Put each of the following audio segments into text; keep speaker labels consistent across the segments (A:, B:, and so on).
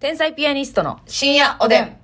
A: 天才ピアニストの
B: 深夜おでん。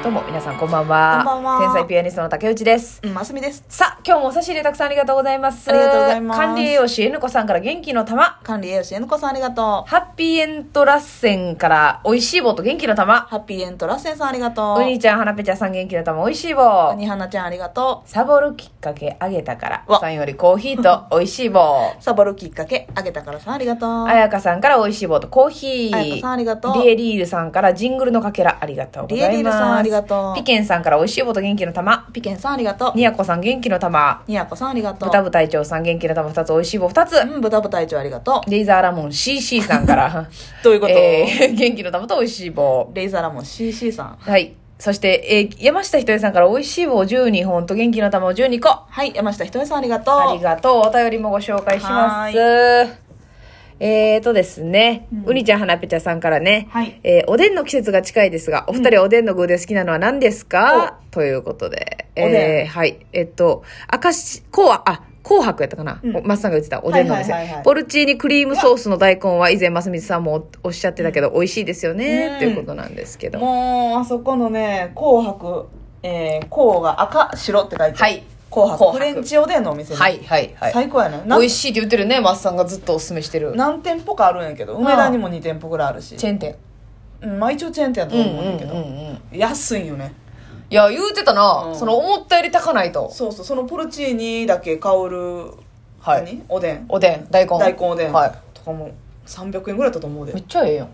A: どうも皆さんこんばんは
B: こんばんは
A: 天才ピアニストの竹内です
B: うん、ますみです。
A: さあ今日もお差し入れたくさんありがとうございます
B: ありがとうございます
A: 管理栄養士 N 子さんから元気の玉
B: 管理栄養士、えのこさんありがとう。
A: ハッピーエントラッセンから美味しい棒と元気の玉
B: ハッピーエントラッセンさんありがとう。
A: うにちゃんはなぺちゃんさん元気の玉美味しい棒
B: うにはなちゃんありがと
A: サボるきっかけあげたから
B: わ
A: さんよりコーヒーと美味しい棒
B: う。サボるきっかけ、あげたからさんありがとう。
A: あやかさんから美味しい棒とコーヒー。
B: あやかさんありがとう
A: リエリールさんからジングルのかけらありがとうございます。
B: リエリールさんありがとう
A: ピケンさんから美味しい棒と元気の玉。
B: ピケンさんありがとう。
A: ニヤコさん元気の玉。
B: にやこさんありがとう。
A: ブタブ隊長さん元気の玉2つ、美味しい棒2つ。
B: うん、豚部隊長あり がと
A: レイザーラモン CC さん から。
B: う。ということ、
A: えー、元気の玉と美味しい棒。
B: レイザーラモン CC さん。
A: はい。そして、えー山下ひとえさんから美味しい棒12本と元気の玉を12個。
B: はい、山下ひとえさんありがとう。
A: ありがとう。お便りもご紹介します。えーとですね、う
B: うん
A: にちゃんはなぺちゃさんからね、
B: はい
A: えーおでんの季節が近いですが、お二人おでんの具で好きなのは何ですか、ということで。
B: おでん
A: えーはい。えっと、明石、紅白、あ、紅白やったかな、
B: うん
A: おマスさんが言ってたおでんのお店、
B: はいはいはいはい
A: ポルチーニクリームソースの大根は以前、ますみさんもおおっしゃってたけど、美味しいですよね、
B: うん
A: っていうことなんですけど。
B: もう、あそこのね、紅白、えー、紅が赤、白って書いてある
A: はい
B: 紅
A: 紅
B: 白。
A: 白
B: フレンチおでんのお店ね
A: はい、はい、はい。
B: 最高やね。
A: 美
B: なん
A: 味しいって言ってるね、マスさんがずっとおすすめしてる。
B: 何店舗かあるんやけど、梅田にも2店舗ぐらいあるし。
A: チェーン店。
B: うん、まあ一応チェーン店やと
A: うん
B: 思う
A: うんん
B: だけど、
A: うんうん。
B: 安いんよね
A: いや、言うてたな、
B: うん
A: その思ったより高ないと。
B: そうそうそのポルチーニだけ香る、
A: はい
B: 何おでん
A: おでん、大根。
B: 大根おでん、
A: は
B: とかも300円ぐらいだったと思う
A: い。
B: で
A: めっちゃええやん。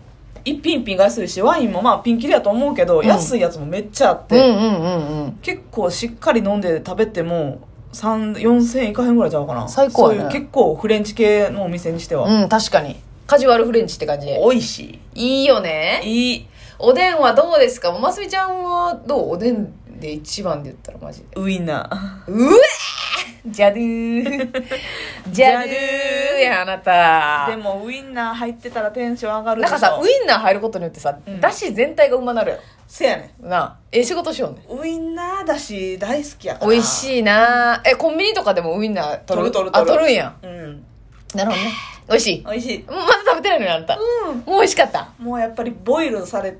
B: 一品一品が安いしワインもまあピンキリやと思うけど、
A: ん
B: 安いやつもめっちゃあっ
A: うん
B: て、
A: うんうんうん。
B: 結構しっかり飲んで食べても3 4000円いかへんぐらいちゃうかな
A: 最高やね
B: そういう結構フレンチ系のお店にしては、
A: うん、確かに。カジュアルフレンチって感じで。
B: 美味し
A: いいよ
B: い
A: ね。
B: いい
A: おでんはどうですかますみちゃんはどうおでんで一番で言ったらマジで。
B: ウインナ
A: うえジャドゥ ー。ジャドゥーや、あな
B: ーで
A: た。
B: もウインナー入ってたらテンション上がるで
A: なん
B: しょ
A: かさ、ウインナー入ることによってさ、
B: うん
A: だし全体がうまなるや
B: せやねん
A: ろ。なあええ仕事しようね。
B: ウインナーだし大好きやから
A: 美味しいなえ、コンビニとかでもウインナー取る
B: 取る取る取る
A: あ、取るんやん。
B: うん
A: なるほどね。 美味しい。
B: 美味しい
A: まだ食べてないのよあんた、
B: うん
A: もう美味しかった
B: もうやっぱりボイルされ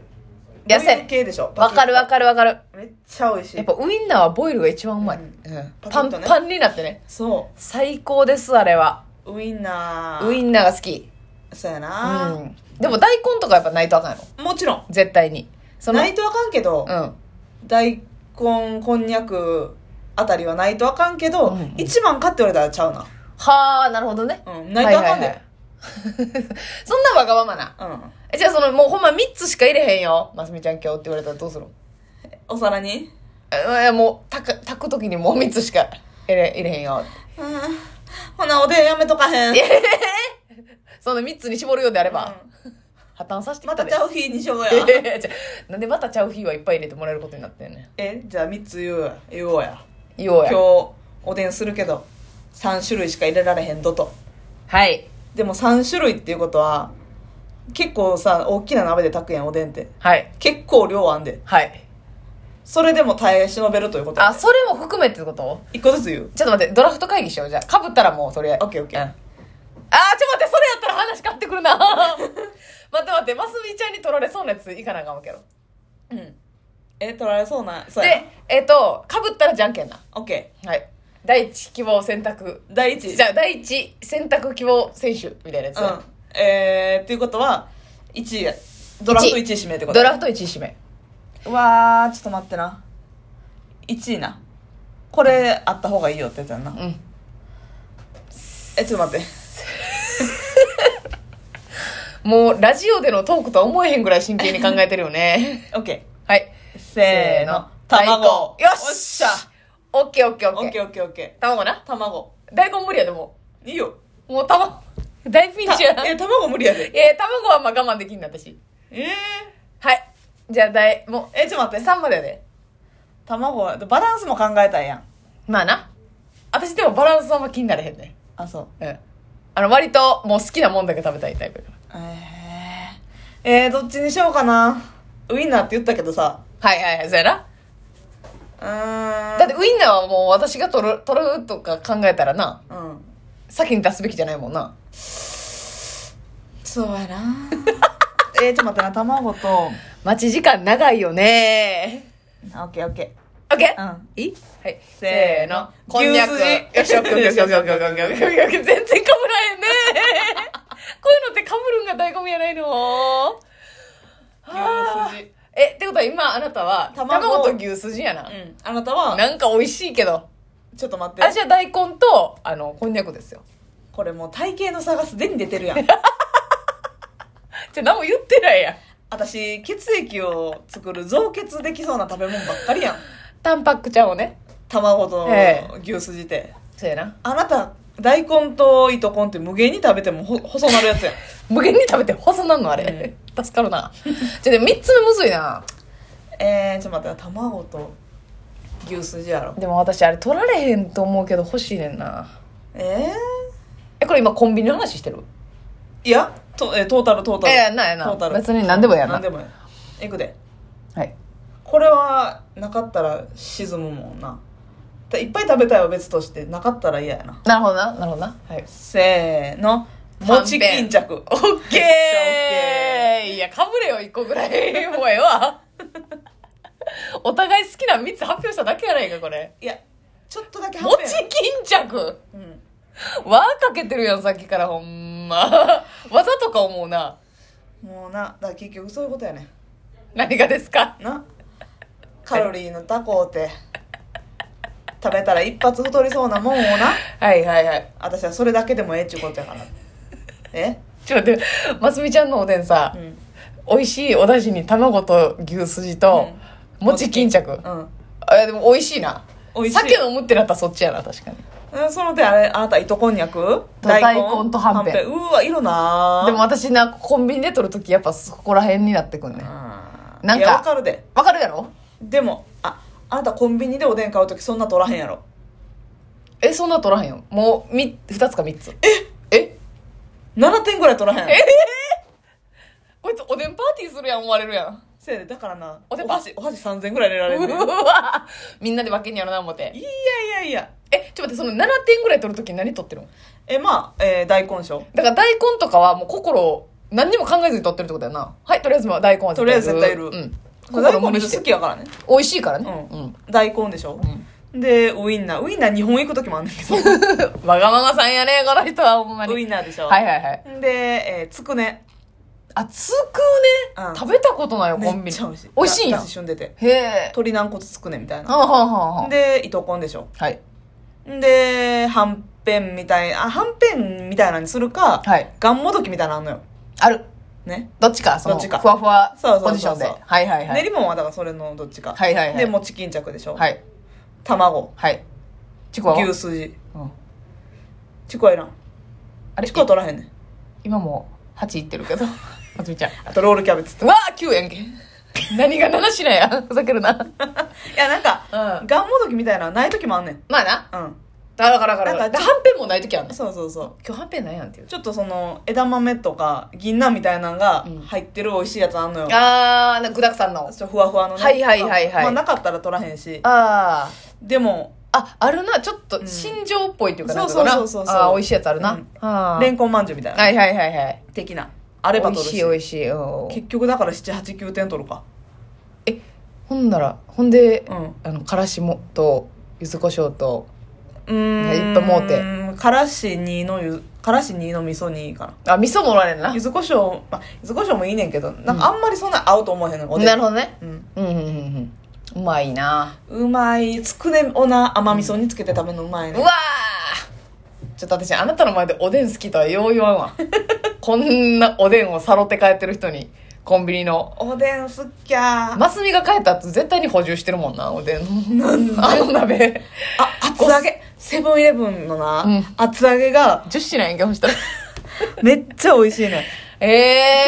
A: やせ
B: ボイル系でしょ
A: わかるわ
B: る
A: かるわかる
B: めっちゃ美味しい
A: やっぱウインナーはボイルが一番うまい、
B: うん
A: うん
B: パキ
A: パ
B: ッ
A: ン
B: とね
A: パンになってね
B: そ
A: 最高ですあれは
B: うウインナー
A: ウインナーが好き
B: そうや
A: う
B: なん
A: でも大根とかやっぱないとあかんやろ
B: もちろん
A: 絶対にその
B: ないとあかんけど
A: うん
B: 大根こんにゃくあたりはないとあかんけ
A: う
B: ど
A: んうん
B: 一番かって言われたらちゃうな
A: はあなるほどね、
B: うんないとあかん
A: はいはい
B: で
A: はい そんなわがままな
B: うん
A: えじゃあそのもうほんま3つしか入れへんよますみちゃん今日って言われたらどうするの
B: お皿に
A: えいやもう炊く炊く時にもう3つしか入れ入れへんよ
B: うんほなおでんやめとかへん
A: その3つに絞るようであれば、
B: うん
A: 破綻させてき
B: ま
A: た
B: た
A: で
B: ちゃう日にしようや
A: じゃあなんでまたちゃう日はいっぱい入れてもらえることになってんね
B: えじゃあ3つ言おうや言おうや
A: ん言おう
B: 今
A: や
B: 日おでんするけど3種類しか入れられへんどと
A: はい
B: でも3種類っていうことは結構さ大きな鍋で炊くやんおでんって
A: はい
B: 結構量あんで
A: はい
B: それでも耐え忍べるということ
A: あそれも含めってこと
B: 1個ずつ言う
A: ちょっと待ってドラフト会議しようじゃあかぶったらもうそれあ
B: オ
A: あ
B: ッケーオッケ
A: うん
B: ー
A: ーちょっと待ってそれやったら話変わってくるな 待って待ってますみちゃんに取られそうなやついかなあかんわけやろ
B: うんえ取られそうなそうや
A: でえっ、とかぶったらじゃんけんな
B: オッケ
A: はい第一希望選択
B: ー第一
A: じゃあ第一選択希望選手みたいなやつ、
B: うんえー、っていうことは1位やドラフト1位指名ってこと
A: ドラフト1位指名
B: うわーちょっと待ってな1位なこれあった方がいいよってやつやんな
A: うん
B: えちょっと待って
A: もうラジオでのトークとは思えへんぐらい真剣に考えてるよね。
B: オッケ
A: はい。
B: ーせーの
A: 卵
B: 卵
A: よ
B: お
A: っし
B: っし
A: ゃ
B: ゃ
A: オッケーオッケーオ
B: オ
A: ッケ
B: ッケ
A: ー。
B: ーオッケーオッケ
A: 卵な。
B: ー卵
A: 大根無理やでも
B: いい よ
A: う。もう卵、 大ピン
B: た
A: チや。
B: い
A: い
B: や卵無理やで
A: や、卵はまあ我慢できんな、私。
B: えー、
A: はい。じゃあ大、も
B: えちょっ
A: う、
B: と待って
A: 3までやで。
B: 卵はバランスも考えたいやん
A: まあな。私でもバランスあんま気になれへんね。
B: あそう
A: うん。あの、割ともう好きなもんだけ食べたいタイプやか
B: えー、えー、どっちにしようかなウインナーって言ったけどさ
A: ら。はいはいはい、そうやな。
B: うーん
A: だってウインナーはもう私が取る、取るとか考えたらな。
B: うん
A: 先に出すべきじゃないもんな
B: そう やなえー、ちょっと待ってな卵と
A: 待ち時間長いよね
B: オッケーオッケ
A: OK?
B: ーうん
A: いいはい。
B: せーの
A: こんにゃく。
B: 牛すじ
A: よしよくよしよくよくよくよくよくよく全然かぶらへんね。こういうのってかぶるんが醍醐味やないのあー
B: 牛すじ
A: え、ってことは今あなたは
B: 卵
A: 卵と牛すじやな。
B: うんあなたは
A: なんか美味しいけど。
B: ちょっと待って
A: 私は大根と、あの、こんにゃくですよ。
B: これもう体型の差がすでに出てるやん
A: じゃ、何も言ってないやん。
B: 私血液を作る造血できそうな食べ物ばっかりやん
A: タンパクちゃんをね。
B: 卵と
A: え
B: 牛すじて
A: そうやな。
B: あなた大根と糸こんって無限に食べてもほ細なるやつやん
A: 無限に食べて細なんのあれ。助かるな。じゃ、でも3つ目むずいな。
B: えー、ちょっと待ってな卵と牛すじやろ
A: でも私あれ取られへんと思うけど欲しいねんな。
B: え
A: え、これ今コンビニの話してる
B: ー、いやと、えートータルトータル
A: ええやんなやんな
B: トータル
A: 別に何でもやんな
B: 何でもやいくで
A: はい。
B: これはなかったら沈むもんなたいっぱい食べたいは別としてなかったら嫌やな
A: なるほどな、なるほどな。はい。
B: せーの
A: はんぺん
B: 餅巾着
A: オッケーいや、かぶれよ、一個ぐらい。もうええわ。お互い好きな3つ発表しただけやないか、これ。
B: いやちょっとだけはん
A: 餅
B: ぺ
A: 巾
B: ん
A: 着
B: うん
A: 輪かけてるやん、さっきから、ほんま。技とか思うな。
B: もうなだから結局そういうことやね
A: 何がですか
B: なカロリーの高うて食べたら一発太りそうなもんをな
A: はいはいはい。
B: 私はそれだけでもええっちゅうことやからえ
A: ちょっと待って、ますみちゃんのおでんさ
B: う、ん
A: 美味しいお出汁に卵と牛すじと、餅巾着。
B: うん
A: あ、でも美味しいな。
B: 美味しい
A: 酒飲むってなったらそっちやな、確かに。
B: えその手あれあなた糸こんにゃく
A: と大根とはんぺん
B: うーわ色な
A: でも私な、コンビニで取るときやっぱそこら辺になってくんね
B: うん。
A: なんか
B: いやわかるで
A: わかるやろ
B: でもああなたコンビニでおでん買う時そんな取らへんやろ
A: え、そんな取らへんよ。もう、み、二つか三つ。ええ
B: 7点ぐらい取らへんやろ
A: こいつおでんパーティーするやん、思われるやん。
B: せやでだからな
A: おでん
B: 箸お箸3000ぐらい入れられる、
A: う
B: ね、
A: わ みんなで分けんやろな、思って
B: い。やいやいや
A: え、ちょっと待って、その7点ぐらい取るとき何取ってるの
B: えまあ、えー大根賞
A: だから大根とかはもう心を、何にも考えずに取ってるってことやな。はい、とりあえずまあ大根は絶対いる。
B: とりあえず絶対いる
A: うん。
B: 大
A: 心
B: 根
A: 無
B: め
A: 理
B: っ
A: し
B: ちゃ好
A: て。
B: きやからね
A: 美味しいからね。
B: う
A: うん ん。
B: 大根でしょ、でウインナーウインナー日本行く時もあんねんけど
A: わがままさんやね、この人はほんまに。
B: ウインナーでしょ、
A: はいはいはい。
B: で、えーつくね
A: あ、つくね、
B: うん
A: 食べたことないよ、コンビニ。
B: めっちゃ美味しい
A: 美味しいん
B: だ
A: や
B: だし。旬出て
A: へえ。
B: 鶏軟骨つくねみたいな
A: はんはんはんはん。
B: で糸こんでしょ
A: はい。
B: ではんぺんみたいあはんぺんみたいなのにするか、
A: はい。
B: がんもどきみたいなのあんのよ
A: ある。
B: ね
A: どっちか、その、
B: どっちか
A: ふわふわ
B: そうそうそうそう
A: ポジションで。はいはいは
B: 練
A: い。
B: り物はだからそれのどっちか、
A: はいはいはい
B: で餅巾着でしょ、
A: はい。
B: 卵
A: はい。ちくわは
B: 牛すじ
A: うん
B: ちくわいらん
A: あれ
B: ちくわ取らへんねん
A: 今もう8いってるけど。 まつみちゃん。
B: あとロールキャベツ
A: うわー !9 やんけ。何が7品や。ふざけるな。うん。
B: いやなんか
A: まあ
B: がんもどきみたいなのはない時もあんねん
A: な。
B: うん
A: だからだから。
B: な
A: だ
B: んか
A: はんぺんもないときあんねん。
B: そうそうそう
A: 今日はんぺんないやんっていう。
B: ちょっとその枝豆とか銀杏みたいなのが
A: うん
B: 入ってる美味しいやつあんのよ、
A: あー、な具だくさんの。あ
B: ちょっとふわふわのね
A: はいはいはいはい
B: まあ、なかったら取らへんし
A: あー。
B: でも
A: あ、あるな。ちょっ
B: う
A: と、
B: ん
A: 心情っぽいっていうか
B: そ
A: な
B: うん
A: かな。
B: そうそうそうそう
A: あー、美味しいやつあるな。
B: うん
A: あー
B: れんこんまんじゅうみたいな、
A: はいはいはいはい。
B: 的なあれば
A: 美
B: 取る
A: 味し
B: し
A: い美味しい。うん
B: 結局だから789点取るか
A: ほんなら、ほんで、
B: うん
A: あの、からしもと、柚子胡椒と、
B: うーん
A: いっぱいもうて
B: からし2のゆからし2の味噌2か
A: あ、味噌もおられんな
B: な柚。子胡椒、まあ、柚子胡椒もいいねんけどなんかあんまりそんな合うと思えへんのよおでん
A: なるほどね。
B: うん
A: うんうんうんうん。うまいな
B: うまいつくねをな甘味噌につけて食べるのうまいうね、
A: わーちょっと私、あなたの前でおでん好きとはよう言わん わ。こんなおでんをさろって帰ってる人に、コンビニの。
B: おでんすっきゃー
A: マスミが帰った後絶対に補充してるもんな、おでんの。 あの鍋。
B: あ、厚揚げ。セブンイレブンのな、
A: うん
B: 厚揚げが
A: 10品やんけ、そしたら。
B: めっちゃ美味しいねん。結
A: え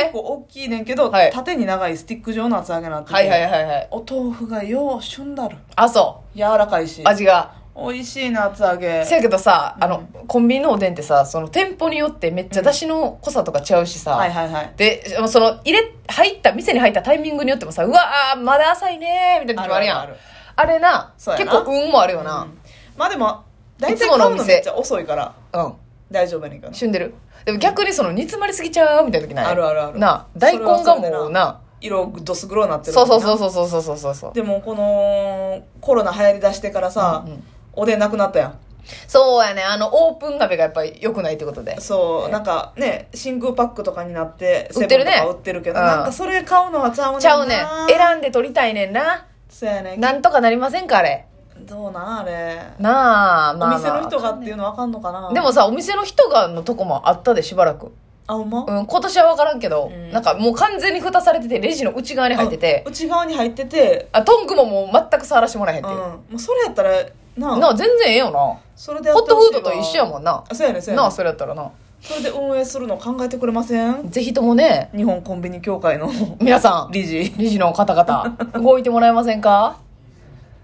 A: え
B: 構大きいねんけど、
A: はい
B: 縦に長いスティック状の厚揚げになっ
A: ー。
B: てて
A: はいはいはいはい。
B: お豆腐がようしゅんだる。
A: あ、そ
B: 柔らかいし
A: う。。味が。
B: 美味しいね、厚揚げ。
A: せやけどさ、あの、コンビニのおでんってさ、その店舗によってめっちゃ出汁の濃さとか違うしさ、
B: はいはいはい。
A: で、その、入れ、入った、店に入ったタイミングによってもさ、うわー、まだ浅いねー、みたいな時もあるやん。あ
B: あるある
A: れな
B: そうや
A: 結
B: な
A: 構運もあるよな。
B: うんまあでも、大
A: いつも
B: 体買
A: のお
B: うの
A: 店
B: めっちゃ遅いから。
A: うん。
B: 大丈夫やねんから
A: 旬でるでも逆にその煮詰まりすぎちゃうみたいな時ない
B: あるあるある
A: な大根が
B: それはそ
A: も
B: れ
A: う
B: で
A: な
B: 色どす黒になってる
A: そうそう
B: う
A: そうそうそうそうそうそう
B: でもこのコロナ流行りだしてからさ、
A: うんうん
B: おでんなくなったやん
A: そうやねあのオープン鍋がやっぱり良くないってことで
B: そう、
A: ね
B: なんかね真空パックとかになって
A: 売ってるね
B: セブンとか売ってるけど、
A: うん
B: なんかそれ買うのはちゃうねんな
A: ちゃうねん選んで取りたいねんな
B: そうやねん
A: なんとかなりませんかあれ
B: どうなんあれ
A: なあまあ、まあ、
B: お店の人がっていうのわかんのかな
A: でもさお店の人がのとこもあったでしばらく、
B: あほんま、
A: うん、今年は分からんけど、
B: うん
A: なんかもう完全に蓋されててレジの内側に入ってて
B: あ内側に入ってて
A: あトングももう全く触らせてもらえへんっ
B: う
A: て
B: ん
A: いう、
B: もうそれやったらな
A: なあ全然ええよな
B: それでや
A: ホ
B: っ
A: ッ
B: て
A: ト
B: ほしい
A: フ
B: わ
A: ードと一緒やもんな
B: あそうやねそうや
A: な
B: ね
A: あそれやったらな
B: それで運営するの考えてくれません
A: ぜひともね
B: 日本コンビニ 協会の
A: 皆さん
B: 理事
A: 理事の方 々動いてもらえませんか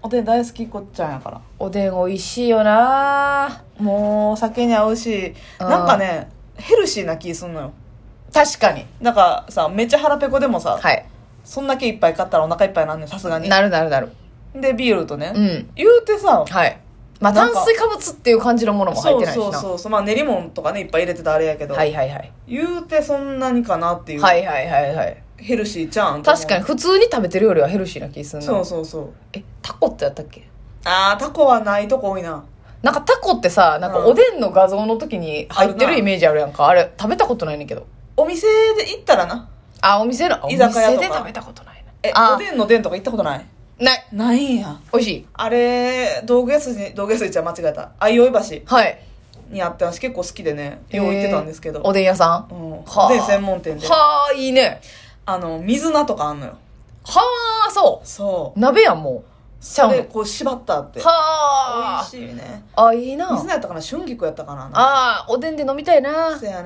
B: おでん大好きこっちゃんやから
A: おでん美味しいよな
B: もう酒に合うし
A: うん
B: なんかねヘルシーな気すんのよ
A: 確かに
B: なんかさめっちゃ腹ペコでもさ、
A: はい
B: そんだけいっぱい買ったらお腹いっぱいなんねんさすがに
A: なるなるなる
B: でビールとね、
A: うん
B: 言うてさ
A: はいまあ
B: なん
A: 炭
B: か
A: 水化物っていう感じのものも入っ
B: そ
A: て
B: う
A: ないし
B: そう
A: な
B: そうそうまあ練り物とかねいっぱい入れてたあれやけど、
A: はいはいはい
B: 言うてそんなにかなっていう、
A: はいはいはいはい
B: ヘルシーちゃうんと思う
A: 確かに普通に食べてるよりはヘルシーな気すんな
B: そうそうそう
A: えタコってやったっけ
B: あータコはないとこ多いな
A: なんかタコってさなんか
B: うん
A: おでんの画像の時に入って
B: あ
A: る
B: るな
A: イメージあるやんかあれ食べたことないねんけど
B: お店で行ったらな
A: あお店のあお
B: 居酒屋とか
A: 店で食べたことない
B: え
A: あー
B: おでんのでんとか行ったことない
A: なない
B: ないんや
A: 美味しい
B: あれ道具屋筋に道具屋筋じゃ間違えた相生橋
A: はい
B: にあって私結構好きでねよう行ってたんですけど、
A: えーおでん屋さん
B: うん、お
A: はあ
B: でん専門店で
A: はあいいね
B: あの水菜とかあんのよ
A: はあそ
B: そう
A: う鍋やんもうちゃ
B: そうれ
A: の
B: こう縛ったって
A: はあ
B: 美味しいね
A: あいい
B: 水
A: な
B: 菜やったかな春菊やったかな
A: あーおでんで飲みたいな
B: そうや